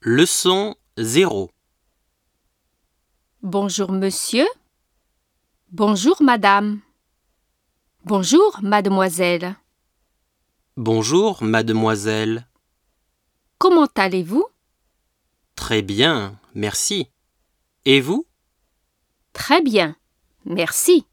Leçon 0. Bonjour monsieur. Bonjour madame. Bonjour mademoiselle. Bonjour, mademoiselle. Comment allez-vous Très bien, merci. Et vous Très bien. Merci.